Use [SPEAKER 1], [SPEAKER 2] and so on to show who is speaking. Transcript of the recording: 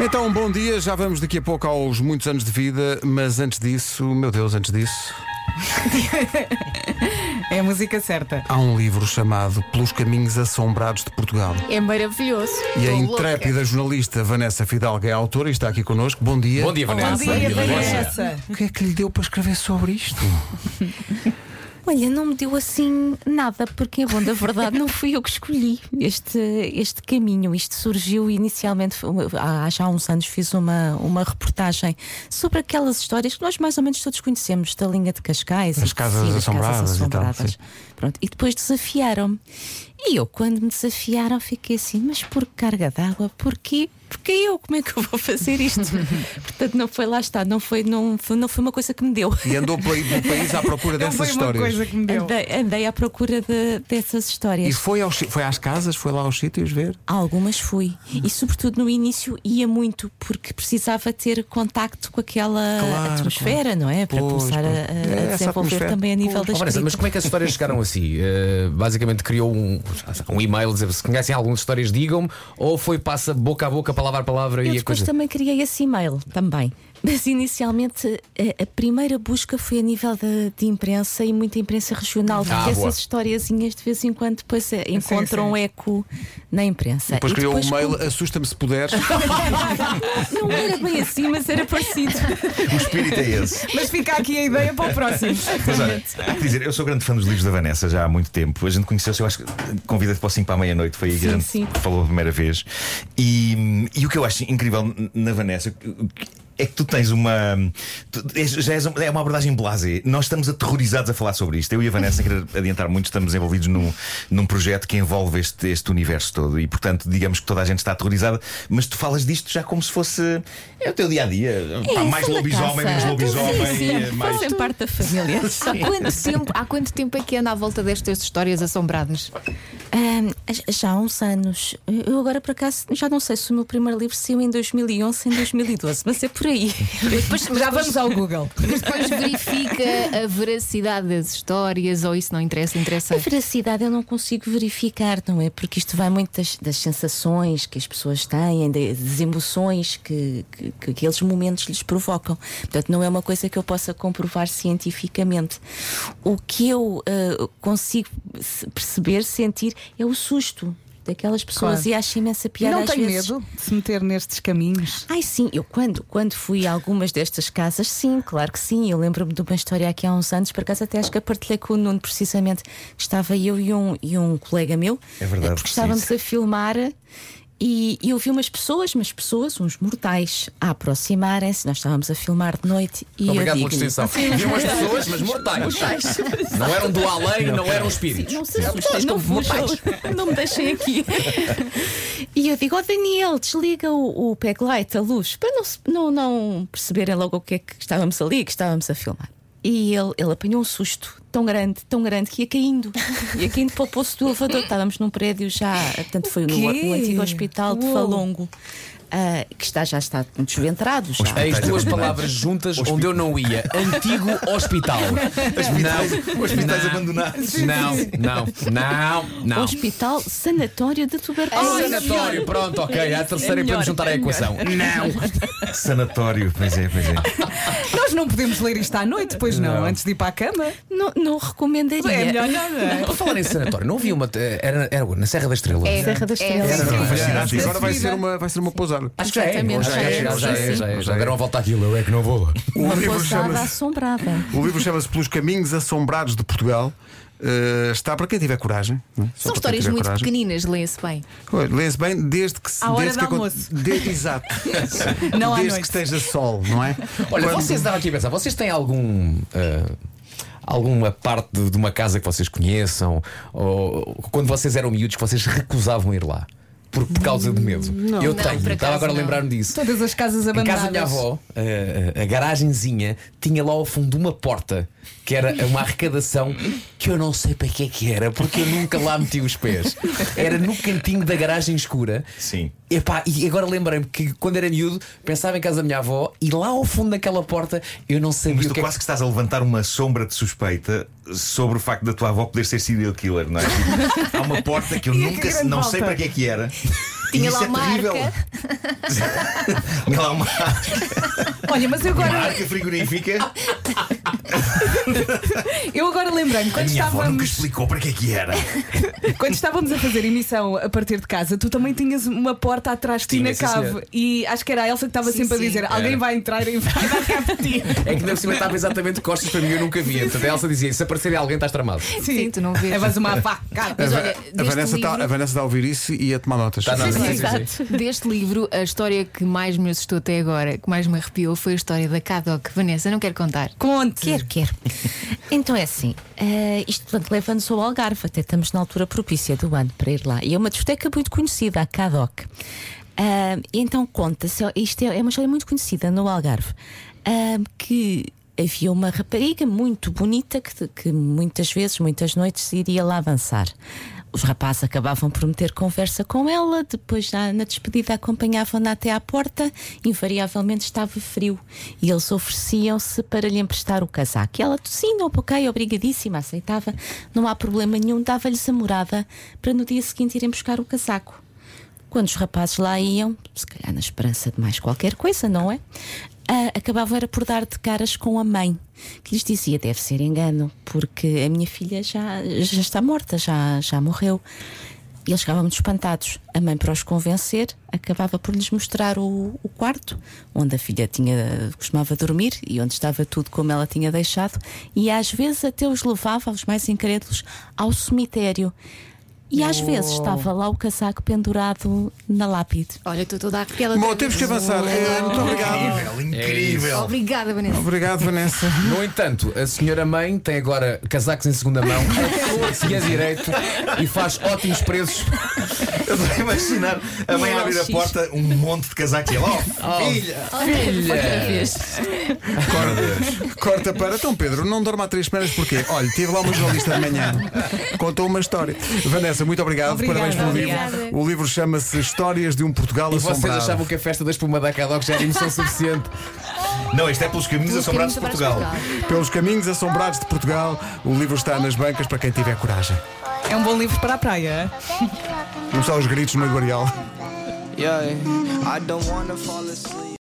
[SPEAKER 1] Então, bom dia, já vamos daqui a pouco aos muitos anos de vida, mas antes disso, meu Deus, antes disso,
[SPEAKER 2] É a música certa.
[SPEAKER 1] há um livro chamado Pelos Caminhos Assombrados de Portugal.
[SPEAKER 3] É maravilhoso.
[SPEAKER 1] E é a
[SPEAKER 3] Tô louca.
[SPEAKER 1] intrépida jornalista Vanessa Fidalga é autora e está aqui connosco. Bom dia.
[SPEAKER 4] Bom dia, Vanessa.
[SPEAKER 2] Vanessa.
[SPEAKER 1] O que é que lhe deu para escrever sobre isto?
[SPEAKER 3] Olha, não me deu assim nada, porque em bom da verdade não fui eu que escolhi este, este caminho. Isto surgiu inicialmente, foi uma- há já há uns anos fiz uma, uma reportagem sobre aquelas histórias que nós mais ou menos todos conhecemos, da linha de Cascais.
[SPEAKER 1] As
[SPEAKER 3] e de
[SPEAKER 1] casas
[SPEAKER 3] Sines,
[SPEAKER 1] assombradas e
[SPEAKER 3] casas
[SPEAKER 1] tal,
[SPEAKER 3] assombradas.
[SPEAKER 1] sim.
[SPEAKER 3] Pronto, e depois desafiaram-me. E eu, quando me desafiaram, fiquei assim, mas por carga d'água, porquê? Porque eu, como é que eu vou fazer isto? Portanto, não foi lá está, não foi, não, foi- não foi uma coisa que me deu.
[SPEAKER 1] E andou pelo pelo país à procura
[SPEAKER 2] Não
[SPEAKER 1] dessas
[SPEAKER 2] foi uma
[SPEAKER 1] histórias.
[SPEAKER 2] coisa que me deu.
[SPEAKER 3] Andei, andei à procura de- dessas
[SPEAKER 1] E
[SPEAKER 3] histórias.
[SPEAKER 1] foi, aos, foi às casas, foi lá aos sítios ver?
[SPEAKER 3] Há Algumas fui.
[SPEAKER 1] Uhum.
[SPEAKER 3] E sobretudo no início ia muito, porque precisava ter contacto com aquela
[SPEAKER 1] Claro,
[SPEAKER 3] atmosfera, não é? Para
[SPEAKER 1] Pois,
[SPEAKER 3] começar a-
[SPEAKER 1] pois.
[SPEAKER 3] a,
[SPEAKER 1] É, essa
[SPEAKER 3] desenvolver
[SPEAKER 1] atmosfera.
[SPEAKER 3] também a nível das
[SPEAKER 4] Oh, Vanessa, mas como é que as histórias chegaram assim? Eh, basicamente criou um, um e-mail dizer se conhecem algumas histórias, digam-me, ou foi passa boca a boca, palavra a palavra
[SPEAKER 3] Eu
[SPEAKER 4] e a
[SPEAKER 3] depois
[SPEAKER 4] coisa.
[SPEAKER 3] também criei esse e-mail também. Mas inicialmente a, a primeira busca foi a nível de, de imprensa e muita imprensa regional,
[SPEAKER 1] Ah,
[SPEAKER 3] porque
[SPEAKER 4] boa.
[SPEAKER 3] essas historiazinhas de vez em quando depois eh, encontram eco na imprensa.
[SPEAKER 1] Depois
[SPEAKER 3] Ah, E
[SPEAKER 1] criou um mail,
[SPEAKER 3] com-
[SPEAKER 1] assusta-me se puderes.
[SPEAKER 3] Não era bem assim, mas era parecido.
[SPEAKER 5] O espírito é esse.
[SPEAKER 2] Mas fica aqui a ideia para o próximo.
[SPEAKER 5] Mas olha, há que dizer, eu sou grande fã dos livros da Vanessa já há muito tempo. A gente conheceu-se, eu acho que convida-te para o 5 para a meia-noite, foi aí que a
[SPEAKER 3] Sim,
[SPEAKER 5] gente
[SPEAKER 3] sim.
[SPEAKER 5] falou a primeira vez. E, e o que eu acho incrível na Vanessa. É que tu tens uma. tu- és- já és uma- é uma abordagem blasé. Nós estamos aterrorizados a falar sobre isto. Eu e a Vanessa, sem querer adiantar muito, estamos envolvidos num, num projeto que envolve este, este universo todo. E, portanto, digamos que toda a gente está aterrorizada, mas tu falas disto já como se fosse. É o teu dia a dia.
[SPEAKER 3] É,
[SPEAKER 5] mais
[SPEAKER 3] isso é uma
[SPEAKER 5] lobisomem,
[SPEAKER 3] caça.
[SPEAKER 5] menos lobisomem.
[SPEAKER 3] Sim, sim,
[SPEAKER 5] eh, mais...
[SPEAKER 3] Fazem parte da família.
[SPEAKER 6] Há quanto, tempo, há quanto tempo é que anda à volta destas histórias assombradas?
[SPEAKER 3] Ahm, já há uns anos. Eu agora, por acaso, já não sei se o meu primeiro livro saiu em 2011, em 2012, mas é por aí.
[SPEAKER 6] Depois,
[SPEAKER 2] Já vamos ao Google.
[SPEAKER 6] Mas depois verifica a veracidade das histórias ou isso não interessa? Interessa.
[SPEAKER 3] A veracidade eu não consigo verificar, não é? Porque isto vai muito das, das sensações que as pessoas têm, de- das emoções que, que, que aqueles momentos lhes provocam. Portanto, não é uma coisa que eu possa comprovar cientificamente. O que eu ah, consigo se- perceber, sentir, é o susto daquelas pessoas
[SPEAKER 2] Claro.
[SPEAKER 3] e acho imensa piada
[SPEAKER 2] Não
[SPEAKER 3] às
[SPEAKER 2] tem
[SPEAKER 3] vezes.
[SPEAKER 2] medo de se meter nestes caminhos?
[SPEAKER 3] Ai, sim, eu quando, quando fui a algumas destas casas, sim, claro que sim. Eu lembro-me de uma história aqui há uns anos, por acaso até acho que a partilhei com o Nuno, precisamente. Estava eu e um, e um colega meu,
[SPEAKER 5] É verdade,
[SPEAKER 3] eh, porque estávamos
[SPEAKER 5] sim.
[SPEAKER 3] a filmar. E e eu vi umas pessoas, mas pessoas, uns mortais, a aproximarem-se. Nós estávamos a filmar de noite e
[SPEAKER 4] Obrigado
[SPEAKER 3] eu
[SPEAKER 4] pela
[SPEAKER 3] digo
[SPEAKER 4] distinção. Vi umas pessoas, mas mortais. Não eram do além, não eram espíritos.
[SPEAKER 3] não se assustem, não fujam, não me deixem aqui. e eu digo, ó Daniel, desliga o, o backlight, a luz, para não, se- não, não perceberem logo o que é que estávamos ali, que estávamos a filmar. E ele, ele apanhou um susto tão grande, tão grande, que ia caindo. Ia caindo para o poço do elevador. Estávamos num prédio já, portanto, foi no,
[SPEAKER 2] quê?
[SPEAKER 3] no antigo hospital de
[SPEAKER 2] Uou.
[SPEAKER 3] Valongo. ah, que está, já está desventrado. Já.
[SPEAKER 4] Eis duas palavras juntas onde eu não ia. Antigo hospital. Não,
[SPEAKER 5] hospitais
[SPEAKER 4] não,
[SPEAKER 5] abandonados.
[SPEAKER 4] Não, não, não, não.
[SPEAKER 3] Hospital Sanatório de Tuberculose.
[SPEAKER 4] Sanatório, pronto, ok. É a terceira para me juntar à equação. Não.
[SPEAKER 5] Sanatório, pois é,
[SPEAKER 4] Ah,
[SPEAKER 5] pois é.
[SPEAKER 2] Nós não podemos ler isto à noite, pois não, antes de ir para a cama.
[SPEAKER 3] Não, não recomendaria.
[SPEAKER 2] É melhor nada.
[SPEAKER 4] Por falar em sanatório, não havia uma. eh, Era, era na Serra da Estrela.
[SPEAKER 3] Serra da Estrela.
[SPEAKER 6] É,
[SPEAKER 1] Acho que agora vai ser uma, vai ser uma pousada.
[SPEAKER 4] Acho que já é.
[SPEAKER 6] Exatamente.
[SPEAKER 4] Já é, já é, já é, já é. Já deram a volta àquilo, eu é que não vou.
[SPEAKER 1] O
[SPEAKER 3] Uma
[SPEAKER 1] livro
[SPEAKER 3] pousada
[SPEAKER 1] chama-se
[SPEAKER 3] assombrada.
[SPEAKER 1] O livro chama-se Pelos Caminhos Assombrados de Portugal. Eh, está para quem tiver coragem. não é? Só
[SPEAKER 6] São
[SPEAKER 1] para quem
[SPEAKER 6] histórias
[SPEAKER 1] tiver
[SPEAKER 6] muito
[SPEAKER 1] coragem.
[SPEAKER 6] pequeninas, lê-se bem.
[SPEAKER 1] Pois, Lê-se bem desde que se.
[SPEAKER 2] À hora
[SPEAKER 1] desde
[SPEAKER 2] do
[SPEAKER 1] que acon-
[SPEAKER 2] almoço.
[SPEAKER 1] de- exato.
[SPEAKER 2] Não à
[SPEAKER 1] desde
[SPEAKER 2] noite.
[SPEAKER 1] que esteja sol, não é?
[SPEAKER 4] Olha,
[SPEAKER 1] Quando-
[SPEAKER 4] vocês estavam aqui a pensar, vocês têm algum. ah, Alguma parte de de uma casa que vocês conheçam, ou quando vocês eram miúdos, que vocês recusavam ir lá por, por causa de medo? eu
[SPEAKER 6] Não,
[SPEAKER 4] tenho,
[SPEAKER 6] por
[SPEAKER 4] estava
[SPEAKER 6] acaso
[SPEAKER 4] agora a
[SPEAKER 6] não.
[SPEAKER 4] lembrar-me disso.
[SPEAKER 2] Todas as casas
[SPEAKER 4] Em
[SPEAKER 2] abandonadas.
[SPEAKER 4] casa da minha avó, eh, a, a- a garagenzinha tinha lá ao fundo uma porta que era uma arrecadação que eu não sei para que é que era, porque eu nunca lá meti os pés. Era no cantinho da garagem escura.
[SPEAKER 5] Sim.
[SPEAKER 4] Epá, e agora lembrei-me que quando era miúdo pensava em casa da minha avó e lá ao fundo daquela porta eu não sabia
[SPEAKER 5] Mas
[SPEAKER 4] o
[SPEAKER 5] tu
[SPEAKER 4] que é que
[SPEAKER 5] quase que estás a levantar uma sombra de suspeita sobre o facto da tua avó poder ser serial killer, não é? Há uma porta que eu
[SPEAKER 2] E que
[SPEAKER 5] nunca
[SPEAKER 2] grande
[SPEAKER 5] não sei
[SPEAKER 2] malta.
[SPEAKER 5] para que é que era.
[SPEAKER 6] Tinha
[SPEAKER 5] E
[SPEAKER 6] lá
[SPEAKER 5] isso
[SPEAKER 6] uma
[SPEAKER 5] é terrível.
[SPEAKER 6] arca.
[SPEAKER 5] Tinha lá uma arca,
[SPEAKER 2] Olha, mas eu
[SPEAKER 5] uma
[SPEAKER 2] agora,
[SPEAKER 5] arca frigorífica.
[SPEAKER 2] eu agora lembrei-me,
[SPEAKER 5] A
[SPEAKER 2] quando
[SPEAKER 5] minha avó nunca
[SPEAKER 2] estávamos,
[SPEAKER 5] explicou para que é que era.
[SPEAKER 2] quando estávamos a fazer emissão a partir de casa, tu também tinhas uma porta atrás de ti
[SPEAKER 4] Tinha,
[SPEAKER 2] na
[SPEAKER 4] sim,
[SPEAKER 2] cave.
[SPEAKER 4] senhora.
[SPEAKER 2] E acho que era a Elsa que estava
[SPEAKER 6] Sim,
[SPEAKER 2] sempre
[SPEAKER 6] sim.
[SPEAKER 2] a dizer: alguém vai entrar e vai dar cabo de ti.
[SPEAKER 4] É que na cima estava exatamente costas para mim, eu nunca via. Portanto, a Elsa dizia: se aparecer alguém, estás tramado.
[SPEAKER 6] Sim, tu não vês.
[SPEAKER 2] É mais uma facada.
[SPEAKER 6] Mas
[SPEAKER 1] a,
[SPEAKER 6] olha,
[SPEAKER 1] Va- a
[SPEAKER 6] deste
[SPEAKER 1] Vanessa está
[SPEAKER 6] livro-
[SPEAKER 1] a Vanessa está a ouvir isso e a tomar notas.
[SPEAKER 4] Está Tá
[SPEAKER 6] Sim,
[SPEAKER 4] na- sim,
[SPEAKER 6] sim,
[SPEAKER 4] sim,
[SPEAKER 6] exato. Deste livro, a história que mais me assustou até agora, que mais me arrepiou, foi a história da Cadoc. Vanessa, não quero contar.
[SPEAKER 2] Conte.
[SPEAKER 3] Quero, quero. Então é assim, eh, isto portanto, leva-nos ao Algarve, até estamos na altura propícia do ano para ir lá. E é uma discoteca muito conhecida, a Cadoc. Ah, e então conta-se, isto é, é uma história muito conhecida no Algarve, ah, que havia uma rapariga muito bonita que, que muitas vezes, muitas noites, iria lá avançar. Os rapazes acabavam por meter conversa com ela, depois já na despedida acompanhavam-na até à porta, invariavelmente estava frio e eles ofereciam-se para lhe emprestar o casaco. E ela, sim, não, ok, obrigadíssima, aceitava, não há problema nenhum, dava-lhes a morada para no dia seguinte irem buscar o casaco. Quando os rapazes lá iam, se calhar na esperança de mais qualquer coisa, não é? Ah, acabavam era por dar de caras com a mãe, que lhes dizia: deve ser engano, porque a minha filha já, já está morta, já, já morreu. E eles ficavam muito espantados. A mãe, para os convencer, acabava por lhes mostrar o, o quarto onde a filha tinha, costumava dormir e onde estava tudo como ela tinha deixado, e às vezes até os levava, os mais incrédulos, ao cemitério. E às vezes estava lá o casaco pendurado na lápide.
[SPEAKER 6] Olha, estou toda arrepiada.
[SPEAKER 1] Bom,
[SPEAKER 6] outra
[SPEAKER 1] temos que
[SPEAKER 6] vez.
[SPEAKER 1] avançar. É, muito obrigado.
[SPEAKER 5] Incrível, incrível.
[SPEAKER 6] Obrigada, Vanessa.
[SPEAKER 1] Obrigado, Vanessa.
[SPEAKER 4] No entanto, a senhora mãe tem agora casacos em segunda mão, torce a direito e faz ótimos preços.
[SPEAKER 5] Eu estou a imaginar a mãe a abrir a porta, um monte de casacos e ela, oh, filha!
[SPEAKER 4] Filha!
[SPEAKER 1] Corta, corta para. Então, Pedro, não dorme há três semanas porquê? Olha, tive lá uma jornalista de manhã, contou uma história. Vanessa, muito obrigado,
[SPEAKER 2] Obrigada,
[SPEAKER 1] parabéns pelo
[SPEAKER 6] obrigada.
[SPEAKER 1] livro. O livro chama-se Histórias de um Portugal
[SPEAKER 4] E vocês
[SPEAKER 1] Assombrado.
[SPEAKER 4] achavam que a festa da espuma da Cadoc já era emoção suficiente?
[SPEAKER 5] Não, isto é pelos caminhos
[SPEAKER 6] Pelos
[SPEAKER 5] assombrados de
[SPEAKER 6] caminhos
[SPEAKER 5] Portugal.
[SPEAKER 6] assombrados
[SPEAKER 1] Pelos caminhos assombrados de Portugal, o livro está nas bancas para quem tiver coragem.
[SPEAKER 2] É um bom livro para a praia.
[SPEAKER 1] Não só os gritos no meio do areal.
[SPEAKER 7] Yeah, I don't wanna fall asleep.